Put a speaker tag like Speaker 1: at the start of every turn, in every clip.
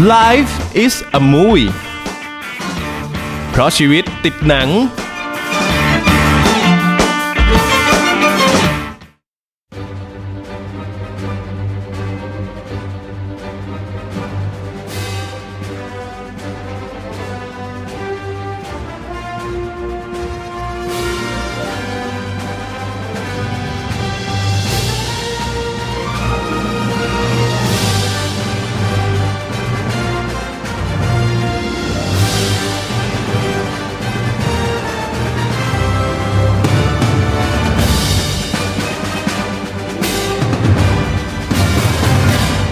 Speaker 1: Life is a movie เพราะชีวิตติดหนัง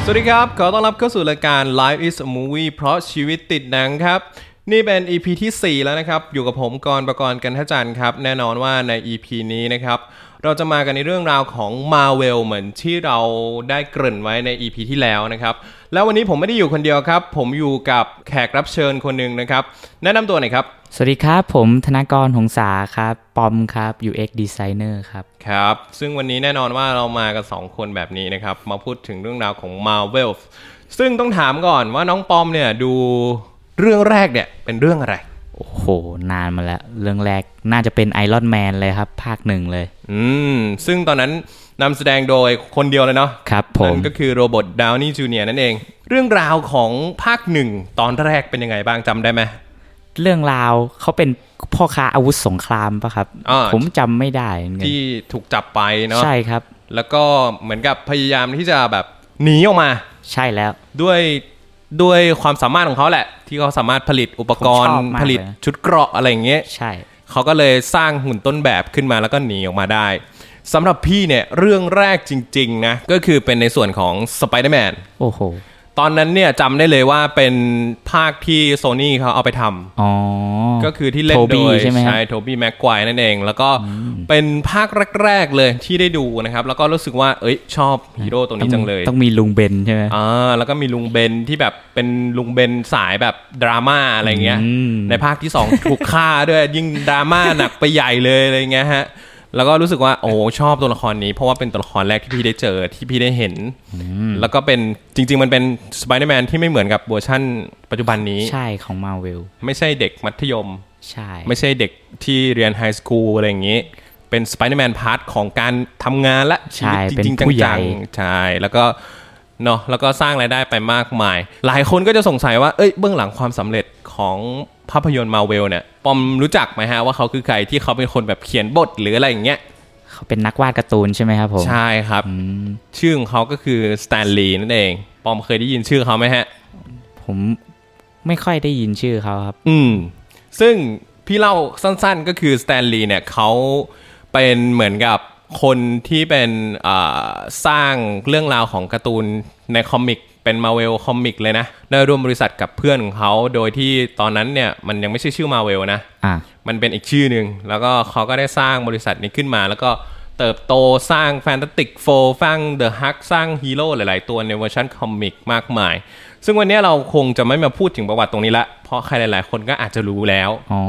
Speaker 1: สวัสดีครับ ขอต้อนรับเข้าสู่รายการ Life is a Movie เพราะชีวิตติดหนังครับ นี่เป็น EP ทีสี่ 4 แล้วนะครับ อยู่กับผมกรณ์ประกรณ์กันทจันทร์ครับ แน่นอนว่าใน EP นี้นะครับ เราจะมากันในเรื่องราวของ Marvel เหมือนที่เราได้เกริ่นไว้ใน EP ที่แล้วนะครับ แล้ววันนี้ผมไม่ได้อยู่คนเดียวครับ ผมอยู่กับแขกรับเชิญคนหนึ่งนะครับ แนะนำตัวหน่อยครับ
Speaker 2: สวัสดีครับ ผมธนากรหงษาครับ ปอมครับ UX Designer ครับ
Speaker 1: ครับ ซึ่งวันนี้แน่นอนว่าเรามากัน 2 คนแบบนี้นะครับ มาพูดถึงเรื่องราวของ Marvel ซึ่งต้องถามก่อนว่าน้องปอมเนี่ยดูเรื่องแรกเนี่ยเป็นเรื่องอะไร
Speaker 2: โอ้โห นานมาแล้ว เรื่องแรกน่าจะเป็น Iron Man เลยครับ ภาคหนึ่งเลย
Speaker 1: อืม ซึ่งตอนนั้นนำแสดงโดยคนเดียวเลยเนาะ
Speaker 2: ครับผ
Speaker 1: นั่
Speaker 2: ม
Speaker 1: นก็คือโรบอทดาวนี่จูเนียนั่นเอง เรื่องราวของภาคหนึ่งตอนแรกเป็นยังไงบ้างจำได้ไหม
Speaker 2: เรื่องราวเขาเป็นพ่อค้าอาวุธสงครามปะครับ
Speaker 1: อ่า
Speaker 2: ผมจำไม่ได้เหมือนกัน
Speaker 1: ที่ถูกจับไปเนาะ
Speaker 2: ใช่ครับ
Speaker 1: แล้วก็เหมือนกับพยายามที่จะแบบหนีออกมา
Speaker 2: ใช่แล้ว
Speaker 1: ด้วยด้วยความสามารถของเขาแหละ ที่เขาสามารถผลิตอุปกรณ์
Speaker 2: ผมชอบมากเลย
Speaker 1: ผลิตชุดเกราะอะไรอย่างเงี้ย
Speaker 2: ใช่
Speaker 1: เขาก็เลยสร้างหุ่นต้นแบบขึ้นมาแล้วก็หนีออกมาได้สำหรับพี่เนี่ยเรื่องแรกจริงๆนะก็คือเป็นในส่วนของสไปเดอร์แมน
Speaker 2: โอ้โห
Speaker 1: ตอนนั้นเนี่ยจำได้เลยว่าเป็นภาคที่โซนี่เขาเอาไปทำ
Speaker 2: อ๋อ
Speaker 1: ก็คือที่เล่น
Speaker 2: โทบี้
Speaker 1: โดย
Speaker 2: ใช่ไหมครับ
Speaker 1: โทบี้แม็กควายนั่นเอง แล้วก็เป็นภาคแรกๆเลยที่ได้ดูนะครับ แล้วก็รู้สึกว่าเอ้ยชอบฮีโร่ตัวนี้จังเลย
Speaker 2: ต้องมีลุงเบนใช่ไหม
Speaker 1: อ่าแล้วก็มีลุงเบนที่แบบเป็นลุงเบนสายแบบดราม่าอะไรเงี้ย
Speaker 2: อืม
Speaker 1: ในภาคที่ 2 ถูกฆ่าด้วยยิ่งดราม่าหนักไปใหญ่เลยอะไรเงี้ยฮะแล้วก็รู้สึกว่าโอ้ชอบตัวละครนี้เพราะว่าเป็นตัวละครแรกที่พี่ได้เจอที่พี่ได้เห็น แล้วก็เป็นจริง ๆ มันเป็นสไปเดอร์แมนที่ไม่เหมือนกับเวอร์ชั่นปัจจุบันนี้
Speaker 2: ใช่ของ Marvel
Speaker 1: ไม่ใช่เด็กมัธยม
Speaker 2: ใช่
Speaker 1: ไม่ใช่เด็กที่เรียนไฮสคูลอะไรอย่างนี้ เป็นสไปเดอร์แมนพาร์ทของการทำงานและชีวิตจริงๆจังๆ ใช่ แล้วก็เนาะแล้วก็สร้างรายได้ไปมากมาย หลายคนก็จะสงสัยว่า เอ้ยเบื้องหลังความสำเร็จของภาพยนตร์มาเวลเนี่ย ปอมรู้จักไหมฮะว่าเขาคือใครที่เขาเป็นคนแบบเขียนบทหรืออะไรอย่างเงี้ย
Speaker 2: เขาเป็นนักวาดการ์ตูนใช่ไหมครับผม
Speaker 1: ใช่ครับ
Speaker 2: อืม
Speaker 1: ชื่อของเขาก็คือสแตนลีย์นั่นเอง ปอมเคยได้ยินชื่อเขาไหมฮะ
Speaker 2: ผมไม่ค่อยได้ยินชื่อเขาครับ
Speaker 1: อืม ซึ่งพี่เล่าสั้นๆก็คือสแตนลีย์เนี่ยเขาเป็นเหมือนกับคนที่เป็นอ่าสร้างเรื่องราวของการ์ตูนในคอมิก เป็นมาเวลคอมิกเลยนะ ได้ร่วมบริษัทกับเพื่อนของเขา โดยที่ตอนนั้นเนี่ยมันยังไม่ใช่ชื่อมาเวลนะ
Speaker 2: อ่า
Speaker 1: มันเป็นอีกชื่อหนึ่งแล้วก็เขาก็ได้สร้างบริษัทนี้ขึ้นมา แล้วก็เติบโตสร้างแฟนตาติกโฟสร้างเดอะฮักสร้างฮีโร่หลาย ๆ ตัวในเวอร์ชันคอมิกมากมาย ซึ่งวันนี้เราคงจะไม่มาพูดถึงประวัติตรงนี้ละ เพราะใครหลาย ๆ คนก็อาจจะรู้แล้ว
Speaker 2: อ๋อ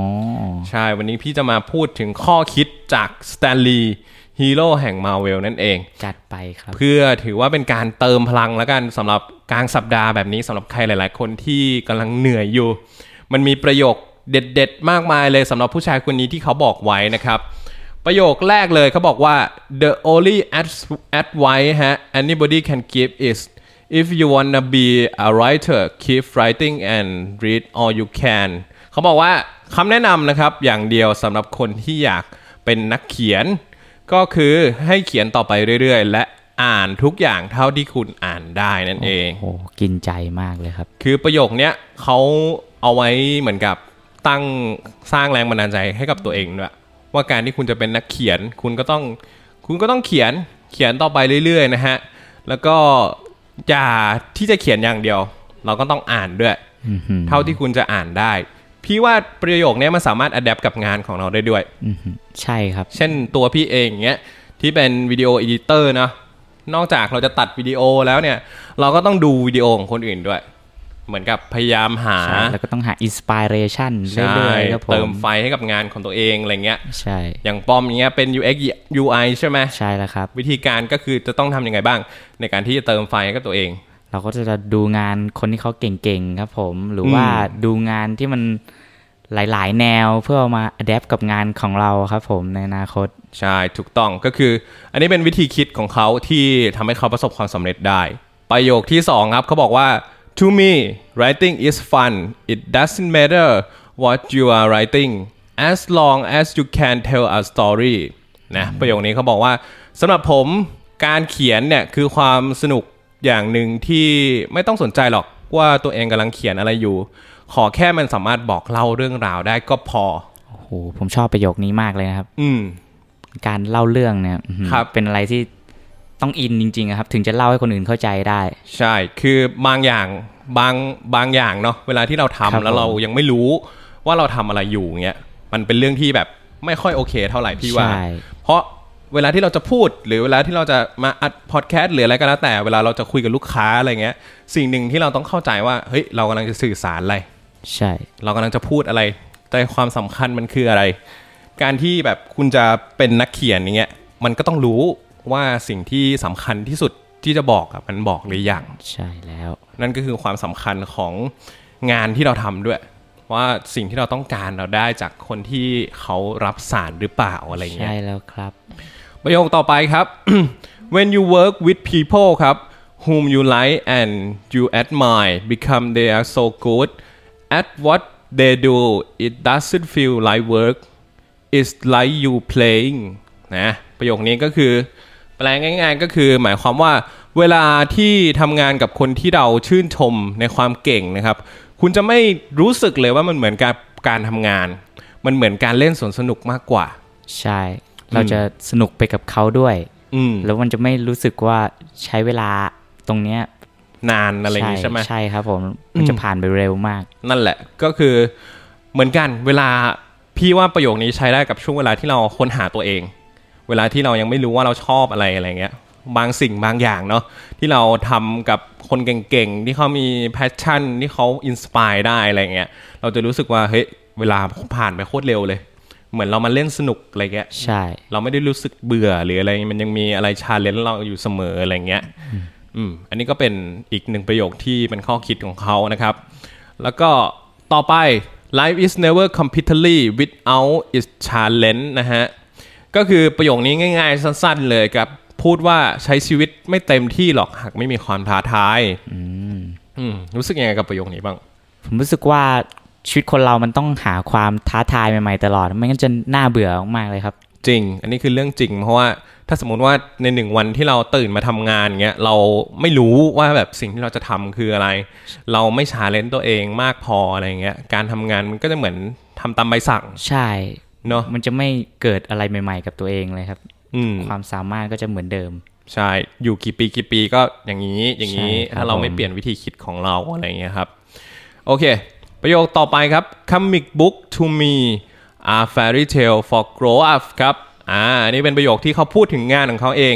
Speaker 1: ใช่ วันนี้พี่จะมาพูดถึงข้อคิดจากสแตนลีย์ฮีโร่แห่งมาเวลนั่นเอง
Speaker 2: จัดไปครับ
Speaker 1: เพื่อถือว่าเป็นการเติมพลังแล้วกันสำหรับกลางสัปดาห์แบบนี้สำหรับใครหลาย ๆ คนที่กำลังเหนื่อยอยู่ มันมีประโยคเด็ด ๆ มากมายเลยสำหรับผู้ชายคนนี้ที่เขาบอกไว้นะครับ ประโยคแรกเลยเขาบอกว่า the only ad- advice ฮะ anybody can give is if you wanna be a writer keep writing and read all you can เขาบอกว่าคำแนะนำนะครับอย่างเดียวสำหรับคนที่อยากเป็นนักเขียน ก็คือให้เขียนต่อไปเรื่อย ๆ และอ่านทุกอย่างเท่าที่คุณอ่านได้นั่นเอง
Speaker 2: โอ้โหกินใจมากเลยครับ
Speaker 1: คือประโยคเนี้ยเขาเอาไว้เหมือนกับตั้งสร้างแรงบันดาลใจให้กับตัวเองด้วยว่าการที่คุณจะเป็นนักเขียน คุณก็ต้องคุณก็ต้องเขียนเขียนต่อไปเรื่อยๆนะฮะแล้วก็อย่าที่จะเขียนอย่างเดียว เราก็ต้องอ่านด้วย
Speaker 2: อื้อหือ
Speaker 1: เท่าที่คุณจะอ่านได้ พี่ว่าประโยคเนี้ยมันสามารถอัดแอปกับงานของเราได้ด้วย
Speaker 2: อื้อหือใช่ครับ
Speaker 1: เช่นตัวพี่เองอย่างเงี้ยที่เป็นวิดีโอเอดิเตอร์นะนอกจากเราจะตัดวิดีโอแล้วเนี่ย เราก็ต้องดูวิดีโอของคนอื่นด้วย เหมือนกับพยายามหา
Speaker 2: ใช่ แล้วก็ต้องหาอินสปิเรชัน
Speaker 1: ใช่
Speaker 2: เรื่อยๆครับผ
Speaker 1: เติม
Speaker 2: ม
Speaker 1: ไฟให้กับงานของตัวเองอะไรเงี้ย
Speaker 2: ใช่
Speaker 1: อย่างปอมอย่างเงี้ยเป็น UX UI ใช่ไหม
Speaker 2: ใช่แล้วครับ
Speaker 1: วิธีการก็คือจะต้องทำยังไงบ้าง ในการที่จะเติมไฟให้กับตัวเอง
Speaker 2: เราก็จะดูงานคนที่เขาเก่งๆครับผม หรือว่า
Speaker 1: อืม
Speaker 2: ดูงานที่มันหลาย ๆ แนวเพื่อเอามาอัดแอปกับงานของเราครับผมในอนาคต
Speaker 1: ใช่ถูกต้องก็คือ อันนี้เป็นวิธีคิดของเขาที่ทำให้เขาประสบความสำเร็จได้ ประโยคที่ 2 ครับเขาบอกว่า to me writing is fun it doesn't matter what you are writing as long as you can tell a story นะประโยคนี้เขาบอกว่าสำหรับผมการเขียนเนี่ยคือความสนุกอย่างหนึ่งที่ไม่ต้องสนใจหรอกว่าตัวเองกำลังเขียนอะไรอยู่ ขอแค่มันสามารถบอกเล่าเรื่องราวได้ก็พอ
Speaker 2: โอ้โหผมชอบประโยคนี้มากเลยนะครับ
Speaker 1: อืม
Speaker 2: การเล่าเรื่องเนี่ยอื้อหือ
Speaker 1: ครับ
Speaker 2: เป็นอะไรที่ต้องอินจริงๆอะครับ ถึงจะเล่าให้คนอื่นเข้าใจได้
Speaker 1: ใช่ คือบางอย่างบางบางอย่างเนาะ เวลาที่เรา
Speaker 2: ครั
Speaker 1: ทำ
Speaker 2: บ
Speaker 1: แล้วเรายังไม่รู้ว่าเราทำอะไรอยู่เงี้ย มันเป็นเรื่องที่แบบไม่ค่อยโอเคเท่าไหร่พี่ว่า
Speaker 2: ใช่
Speaker 1: เพราะเวลาที่เราจะพูดหรือเวลาที่เราจะมาอัดพอดแคสต์หรืออะไรก็แล้วแต่ เวลาเราจะคุยกับลูกค้าอะไรเงี้ย สิ่งหนึ่งที่เราต้องเข้าใจว่า เฮ้ย เรากำลังจะสื่อสารอะไร
Speaker 2: ใช่
Speaker 1: เรากำลังจะพูดอะไร แต่ความสำคัญมันคืออะไร การที่แบบคุณจะเป็นนักเขียนอย่างเงี้ย มันก็ต้องรู้ว่าสิ่งที่สำคัญที่สุดที่จะบอกอะมันบอกหรือยัง
Speaker 2: ใช่แล้ว
Speaker 1: นั่นก็คือความสำคัญของงานที่เราทำด้วย ว่าสิ่งที่เราต้องการเราได้จากคนที่เขารับสารหรือเปล่าอะไรเงี้
Speaker 2: ใช่
Speaker 1: ย
Speaker 2: แล้วครับ
Speaker 1: ประโยคต่อไปครับ when you work with people ครับ whom you like and you admire become they are so good at what they do it doesn't feel like work it's like you playing นะประโยคนี้ก็คือแปลง่ายๆก็คือหมายความว่าเวลาที่ทำงานกับคนที่เราชื่นชมในความเก่งนะครับ คุณจะไม่รู้สึกเลยว่ามันเหมือนการการทำงาน มันเหมือนการเล่นสวนสนุกมากกว่า
Speaker 2: ใช่ เราจะสนุกไปกับเขาด้วย
Speaker 1: อืม
Speaker 2: แล้วมันจะไม่รู้สึกว่าใช้เวลาตรงเนี้ย
Speaker 1: นานอะไรอย่างนี้ใช่ไหม
Speaker 2: ใช่ครับผม มันจะผ่านไปเร็วมาก
Speaker 1: นั่นแหละก็คือเหมือนกันเวลาพี่ว่าประโยคนี้ใช้ได้กับช่วงเวลาที่เราค้นหาตัวเอง เวลาที่เรายังไม่รู้ว่าเราชอบอะไรอะไรเงี้ยบางสิ่งบางอย่างเนาะที่เราทำกับคนเก่งๆ ที่เขามีแพชชั่นที่เขาอินสปายได้อะไรเงี้ยเราจะรู้สึกว่าเฮ้ยเวลาผ่านไปโคตรเร็วเลย เหมือนเรามาเล่นสนุกอะไรเงี้ย
Speaker 2: ใช่
Speaker 1: เราไม่ได้รู้สึกเบื่อหรืออะไรมันยังมีอะไรชาเลนจ์เราอยู่เสมออะไรเงี้ย อืม อันนี้ก็เป็นอีกหนึ่งประโยคที่เป็นข้อคิดของเขานะครับ แล้วก็ต่อไป life is never completely without its challenge นะฮะ ก็คือประโยคนี้ง่ายๆ สั้นๆเลยครับ พูดว่าใช้ชีวิตไม่เต็มที่หรอกหากไม่มีความท้าทายอืมรู้สึกยังไงกับประโยคนี้บ้าง
Speaker 2: ผมรู้สึกว่าชีวิตคนเรามันต้องหาความท้าทายใหม่ๆตลอด ไม่งั้นจะน่าเบื่อมากๆเลยครับ
Speaker 1: จริง อันนี้คือเรื่องจริง เพราะว่าถ้าสมมติว่าในหนึ่งวันที่เราตื่นมาทำงานเงี้ยเราไม่รู้ว่าแบบสิ่งที่เราจะทำคืออะไร เราไม่ชาเลนจ์ตัวเองมากพออะไรเงี้ยการทำงานมันก็จะเหมือนทำตามใบสั่ง
Speaker 2: ใช่
Speaker 1: เนาะ
Speaker 2: มันจะไม่เกิดอะไรใหม่ ๆ กับตัวเองเลยครับ
Speaker 1: อืม
Speaker 2: ความสามารถก็จะเหมือนเดิม
Speaker 1: ใช่อยู่กี่ปีกี่ปีก็อย่างนี้อย่างนี้
Speaker 2: ใช่ครับ
Speaker 1: ถ้าเราไม่เปลี่ยนวิธีคิดของเราอะไรเงี้ยครับ โอเค ประโยคต่อไปครับ comic book to me are fairy tale for grow up ครับ อ่าอันนี้เป็นประโยคที่เขาพูดถึงงานของเขาเอง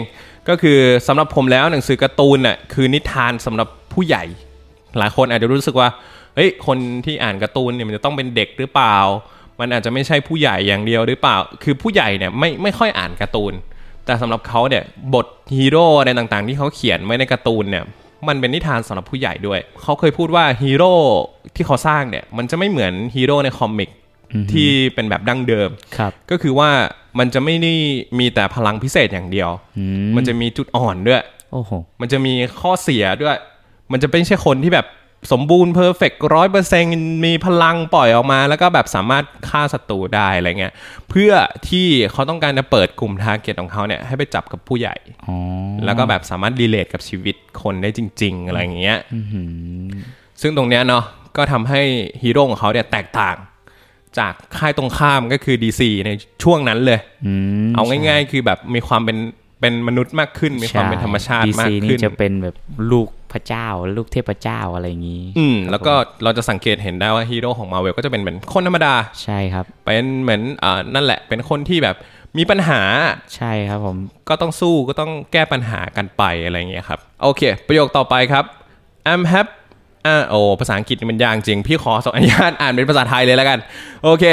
Speaker 1: ก็คือสำหรับผมแล้วหนังสือการ์ตูนน่ะคือนิทานสำหรับผู้ใหญ่ หลายคนอาจจะรู้สึกว่า เฮ้ย คนที่อ่านการ์ตูนเนี่ยมันจะต้องเป็นเด็กหรือเปล่า มันอาจจะไม่ใช่ผู้ใหญ่อย่างเดียวหรือเปล่า คือผู้ใหญ่เนี่ยไม่ไม่ค่อยอ่านการ์ตูน แต่สำหรับเขาเนี่ยบทฮีโร่อะไรต่างๆ ที่เขาเขียนไว้ในการ์ตูนเนี่ย มันเป็นนิทานสำหรับผู้ใหญ่ด้วย เขาเคยพูดว่าฮีโร่ที่เขาสร้างเนี่ย มันจะไม่เหมือนฮีโร่ในคอมิกที่เป็นแบบดั้งเดิม
Speaker 2: ครับ
Speaker 1: ก็คือว่ามันจะไม่ได้มีแต่พลังพิเศษอย่างเดียว มันจะมีจุดอ่อนด้วย
Speaker 2: โอ้โห
Speaker 1: มันจะมีข้อเสียด้วย มันจะเป็นไม่ใช่คนที่แบบสมบูรณ์เพอร์เฟกร้อยเปอร์เซมีพลังปล่อยออกมา แล้วก็แบบสามารถฆ่าศัตรูได้อะไรเงี้ย เพื่อที่เขาต้องการจะเปิดกลุ่มทาร์เก็ตของเขาเนี่ยให้ไปจับกับผู้ใหญ่
Speaker 2: อ๋อ
Speaker 1: แล้วก็แบบสามารถรีเลทกับชีวิตคนได้จริง ๆ อะไรอย่างเงี้ยซึ่งตรงเนี้ยเนาะก็ทำให้ฮีโร่ของเขาเนี่ยแตกต่าง จากค่ายตรงข้ามก็คือ DC ในช่วงนั้นเลย
Speaker 2: อืม
Speaker 1: เอาง่าย ๆ คือแบบมีความเป็นเป็นมนุษย์มากขึ้น มีความเป็นธรรมชาติมาก
Speaker 2: ดีซี
Speaker 1: ขึ้
Speaker 2: นี่
Speaker 1: น
Speaker 2: จะเป็นแบบลูกพระเจ้า ลูกเทพเจ้าอะไรอย่างนี้
Speaker 1: อืมแล้วก็เราจะสังเกตเห็นได้ว่าฮีโร่ของมาเวลก็จะเป็นเหมือนคนธรรมดา
Speaker 2: ใช่ครับ
Speaker 1: เป็นเหมือนอ่านั่นแหละ เป็นคนที่แบบมีปัญหา
Speaker 2: ใช่ครับผม
Speaker 1: ก็ต้องสู้ก็ต้องแก้ปัญหากันไปอะไรอย่างเงี้ยครับ โอเค ประโยคต่อไปครับ I'm happy อ่าโอ้ภาษาอังกฤษนี่มันยากจริง พี่ขอสองอนุญาตอ่านเป็นภาษาไทยเลยแล้วกัน โอเค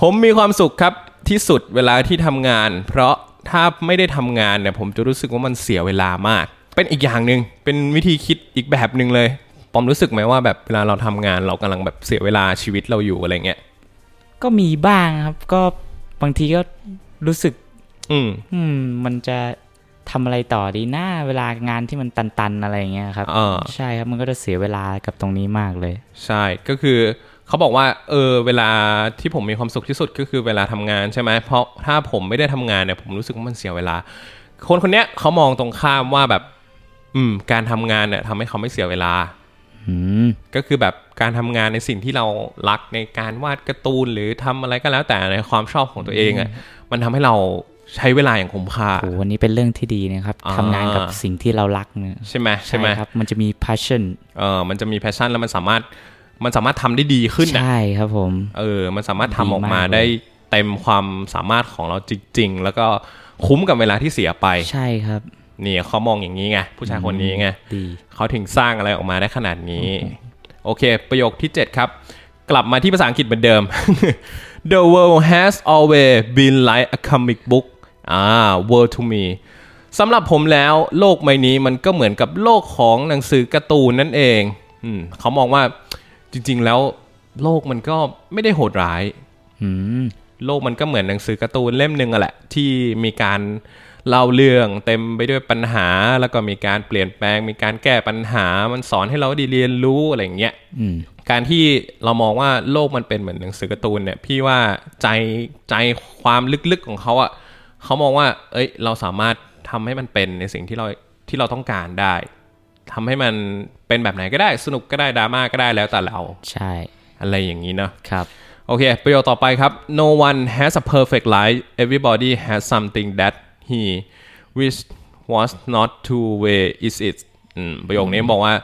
Speaker 1: ผมมีความสุขครับที่สุดเวลาที่ทำงาน เพราะถ้าไม่ได้ทำงานเนี่ยผมจะรู้สึกว่ามันเสียเวลามาก เป็นอีกอย่างหนึ่งเป็นวิธีคิดอีกแบบหนึ่งเลยปอมรู้สึกไหมว่าแบบเวลาเราทำงานเรากำลังแบบเสียเวลาชีวิตเราอยู่อะไรเงี้ย
Speaker 2: ก็มีบ้างครับ ก็บางทีก็รู้สึก
Speaker 1: อืม
Speaker 2: อืม มันจะทำอะไรต่อดีนะเวลางานที่มันตันๆอะไรอย่างเงี้ยครับ
Speaker 1: อ่า
Speaker 2: ใช่ครับมันก็จะเสียเวลากับตรงนี้มากเลย
Speaker 1: ใช่ก็คือเขาบอกว่าเออเวลาที่ผมมีความสุขที่สุดก็คือเวลาทำงานใช่ไหมเพราะถ้าผมไม่ได้ทำงานเนี่ยผมรู้สึกว่ามันเสียเวลา คนคนเนี้ยเขามองตรงข้ามว่าแบบ อืม การทำงานเนี่ยทำให้เขาไม่เสียเวลา
Speaker 2: อืม
Speaker 1: ก็คือแบบการทำงานในสิ่งที่เรารักในการวาดการ์ตูนหรือทำอะไรก็แล้วแต่ในความชอบของตัวเองอะ่ะมันทำให้เราใช้เวลาอย่างคุ้มค่า
Speaker 2: โอ้วันนี้เป็นเรื่องที่ดีนะครับ
Speaker 1: อ่า
Speaker 2: ทำงานกับสิ่งที่เรารักเนี่ย
Speaker 1: ใช่ไหมใช่ไหม
Speaker 2: ครับ มันจะมี passion
Speaker 1: เออมันจะมีแพชชั่นแล้วมันสามารถมันสามารถทำได้ดีขึ้นอะ
Speaker 2: ใช่ครับผม
Speaker 1: เออ มันสามารถทำออกมาม
Speaker 2: ดีากเลย
Speaker 1: ได้เต็มความสามารถของเราจริง ๆ แล้วก็คุ้มกับเวลาที่เสียไป
Speaker 2: ใช่ครับ
Speaker 1: นี่เขามองอย่างนี้ไง ผู้ชายคนนี้ไง
Speaker 2: ดี
Speaker 1: เขาถึงสร้างอะไรออกมาได้ขนาดนี้ โอเค ประโยคที่ 7 ครับ กลับมาที่ภาษาอังกฤษเหมือนเดิม The world has always been like a comic book อ่า world to me สำหรับผมแล้วโลกใบนี้มันก็เหมือนกับโลกของหนังสือการ์ตูนนั่นเองอืมเขามองว่าจริง ๆ แล้วโลกมันก็ไม่ได้โหดร้าย
Speaker 2: อืม
Speaker 1: โลกมันก็เหมือนหนังสือการ์ตูนเล่มหนึ่งอะแหละ ที่มีการเล่าเรื่องเต็มไปด้วยปัญหา แล้วก็มีการเปลี่ยนแปลง มีการแก้ปัญหา มันสอนให้เราไดีเรียนรู้อะไรอย่างเงี้ย
Speaker 2: อืม
Speaker 1: การที่เรามองว่าโลกมันเป็นเหมือนหนังสือการ์ตูนเนี่ยพี่ว่าใจใจความลึกๆของเขาอะเขามองว่า เอ้ย เราสามารถทำให้มันเป็นในสิ่งที่เราที่เราต้องการได้ทำให้มันเป็นแบบไหนก็ได้สนุกก็ได้ดราม่าก็ได้แล้วแต่เรา
Speaker 2: ใช่
Speaker 1: อะไรอย่างนี้เนาะ
Speaker 2: ครับ
Speaker 1: โอเค ประโยคต่อไปครับ no one has a perfect life everybody has something that he wish was not to way is it อืมประโยคนี้บอกว่า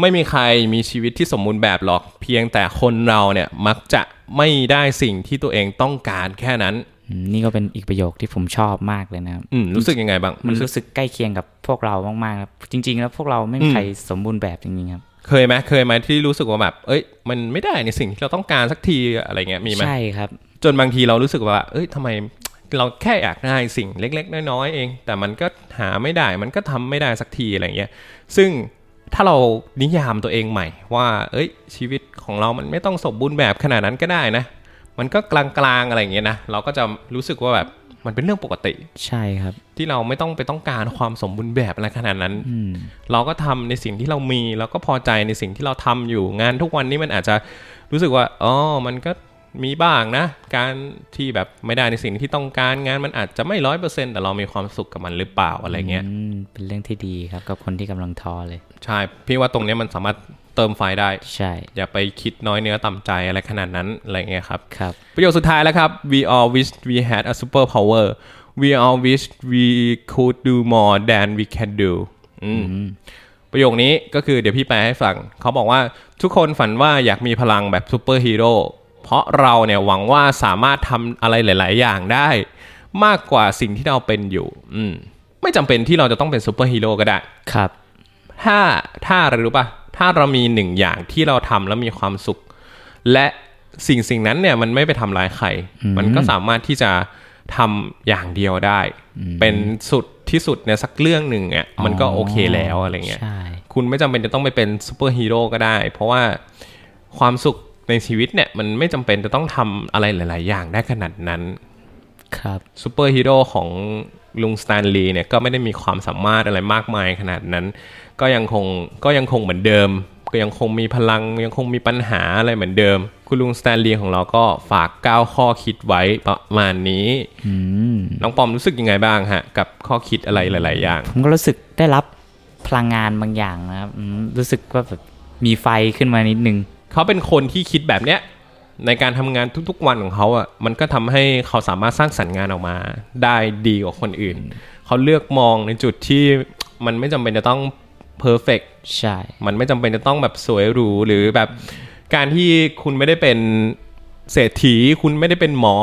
Speaker 1: ไม่มีใครมีชีวิตที่สมบูรณ์แบบหรอก เพียงแต่คนเราเนี่ย มักจะไม่ได้สิ่งที่ตัวเองต้องการแค่นั้น
Speaker 2: อืมนี่ก็เป็นอีกประโยคที่ผมชอบมากเลยนะครับ
Speaker 1: อืม รู้สึกยังไงบ้าง
Speaker 2: มันรู้สึกใกล้เคียงกับพวกเรามากๆครับจริง ๆ แล้วพวกเราไม่มีใครสมบูรณ์แบบจริงๆครับ
Speaker 1: เคยไหมเคยไหมที่รู้สึกว่าแบบ เอ้ย มันไม่ได้ในสิ่งที่เราต้องการสักทีอะไรเงี้ยมีไหม
Speaker 2: ใช่ครับ
Speaker 1: จนบางทีเรารู้สึกว่า เอ้ยทำไมเราแค่อยากได้สิ่งเล็ก ๆ น้อยๆเอง แต่มันก็หาไม่ได้ มันก็ทำไม่ได้สักทีอะไรอย่างเงี้ย ซึ่งถ้าเรานิยามตัวเองใหม่ว่า เอ้ย ชีวิตของเรามันไม่ต้องสมบูรณ์แบบขนาดนั้นก็ได้นะ มันก็กลางๆอะไรอย่างเงี้ยนะ เราก็จะรู้สึกว่าแบบมันเป็นเรื่องปกติ
Speaker 2: ใช่ครับ
Speaker 1: ที่เราไม่ต้องไปต้องการความสมบูรณ์แบบอะไรขนาดนั้น
Speaker 2: อืม
Speaker 1: เราก็ทำในสิ่งที่เรามีเราก็พอใจในสิ่งที่เราทำอยู่งานทุกวันนี้มันอาจจะรู้สึกว่าอ๋อมันก็มีบ้างนะ การที่แบบไม่ได้ในสิ่งที่ต้องการงานมันอาจจะไม่ร้อยเปอร์เซ็นต์แต่เรามีความสุขกับมันหรือเปล่าอะไรเงี้ย
Speaker 2: อืม เป็นเรื่องที่ดีครับ กับคนที่กำลังท้อเลย
Speaker 1: ใช่พี่ว่าตรงเนี้ยมันสามารถเติมไฟได้
Speaker 2: ใช่
Speaker 1: อย่าไปคิดน้อยเนื้อต่ำใจอะไรขนาดนั้นอะไรเงี้ยครับ
Speaker 2: ครับ
Speaker 1: ประโยคสุดท้ายแล้วครับ we all wish we had a super power we all wish we could do more than we can do อืมประโยคนี้ก็คือเดี๋ยวพี่แปลให้ฟัง เขาบอกว่าทุกคนฝันว่าอยากมีพลังแบบซูเปอร์ฮีโร่ เพราะเราเนี่ยหวังว่าสามารถทำอะไรหลาย ๆ อย่างได้ มากกว่าสิ่งที่เราเป็นอยู่ อืมไม่จำเป็นที่เราจะต้องเป็นซูเปอร์ฮีโร่ก็ได้
Speaker 2: ครับ
Speaker 1: ถ้าถ้าอะไรรู้ป่ะ ถ้าเรามีหนึ่งอย่างที่เราทำแล้วมีความสุข และสิ่งสิ่งนั้นเนี่ยมันไม่ไปทำร้ายใคร มันก็สามารถที่จะทำอย่างเดียวได้ เป็นสุดที่สุดเนี่ยสักเรื่องหนึ่งอ่ะมันก็โอเคแล้วอะไรเงี้ย
Speaker 2: ใช่
Speaker 1: คุณไม่จำเป็นจะต้องไปเป็นซูเปอร์ฮีโร่ก็ได้ เพราะว่าความสุขในชีวิตเนี่ยมันไม่จำเป็นจะต้องทำอะไรหลาย ๆ อย่างได้ขนาดนั้น
Speaker 2: ครับ
Speaker 1: ซูเปอร์ฮีโร่ของลุงสแตนลีย์เนี่ยก็ไม่ได้มีความสามารถอะไรมากมายขนาดนั้น ก็ยังคงก็ยังคงเหมือนเดิม ก็ยังคงมีพลังยังคงมีปัญหาอะไรเหมือนเดิม คุณลุงสแตนลีย์ของเราก็ฝาก 9 ข้อคิดไว้ประมาณนี้
Speaker 2: อืม
Speaker 1: น้องปอมรู้สึกยังไงบ้างฮะ กับข้อคิดอะไรหลาย ๆ อย่าง
Speaker 2: ผมก็รู้สึกได้รับพลังงานบางอย่างนะครับอืมรู้สึกว่าแบบมีไฟขึ้นมานิดนึง
Speaker 1: เขาเป็นคนที่คิดแบบเนี้ยในการทำงานทุกๆวันของเขาอ่ะมันก็ทำให้เขาสามารถสร้างสรรค์งานออกมา ได้ดีกว่าคนอื่น เขาเลือกมองในจุดที่มันไม่จำเป็นจะต้องเพอร์เฟก
Speaker 2: ใช่
Speaker 1: มันไม่จำเป็นจะต้องแบบสวยหรูหรือแบบการที่คุณไม่ได้เป็นเศรษฐี คุณไม่ได้เป็นหมอ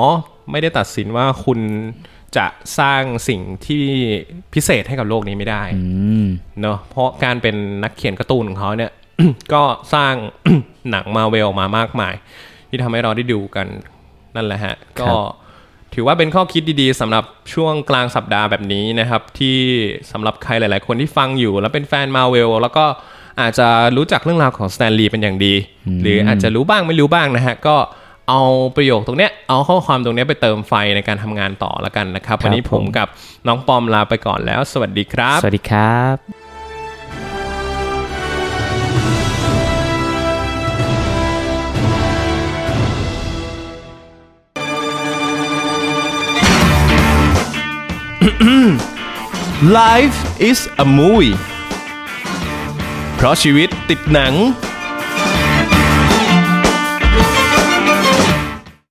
Speaker 1: ไม่ได้ตัดสินว่าคุณจะสร้างสิ่งที่พิเศษให้กับโลกนี้ไม่ได้
Speaker 2: อืม
Speaker 1: เนาะเพราะการเป็นนักเขียนการ์ตูนของเขาเนี่ย ก็สร้าง หนังมาเวลมามากมาย ที่ทำให้เราได้ดูกันนั่นแหละฮะ ก็ ถือว่าเป็นข้อคิดดีๆสำหรับช่วงกลางสัปดาห์แบบนี้นะครับ ที่สำหรับใครหลายๆ คนที่ฟังอยู่ แล้วเป็นแฟนมาเวลแล้วก็อาจจะรู้จักเรื่องราวของสแตนลีย์เป็นอย่างดี หรืออาจจะรู้บ้างไม่รู้บ้างนะฮะ ก็เอาประโยคตรงเนี้ยเอาข้อความตรงเนี้ยไปเติมไฟในการทำงานต่อละกันนะครับ วันนี้
Speaker 2: ครับ
Speaker 1: ผ
Speaker 2: ผม ม
Speaker 1: กับน้องปอมลาไปก่อนแล้ว สวัสดีครับ
Speaker 2: สวัสดีครับ
Speaker 1: Life is a movie เพราะชีวิตติดหนัง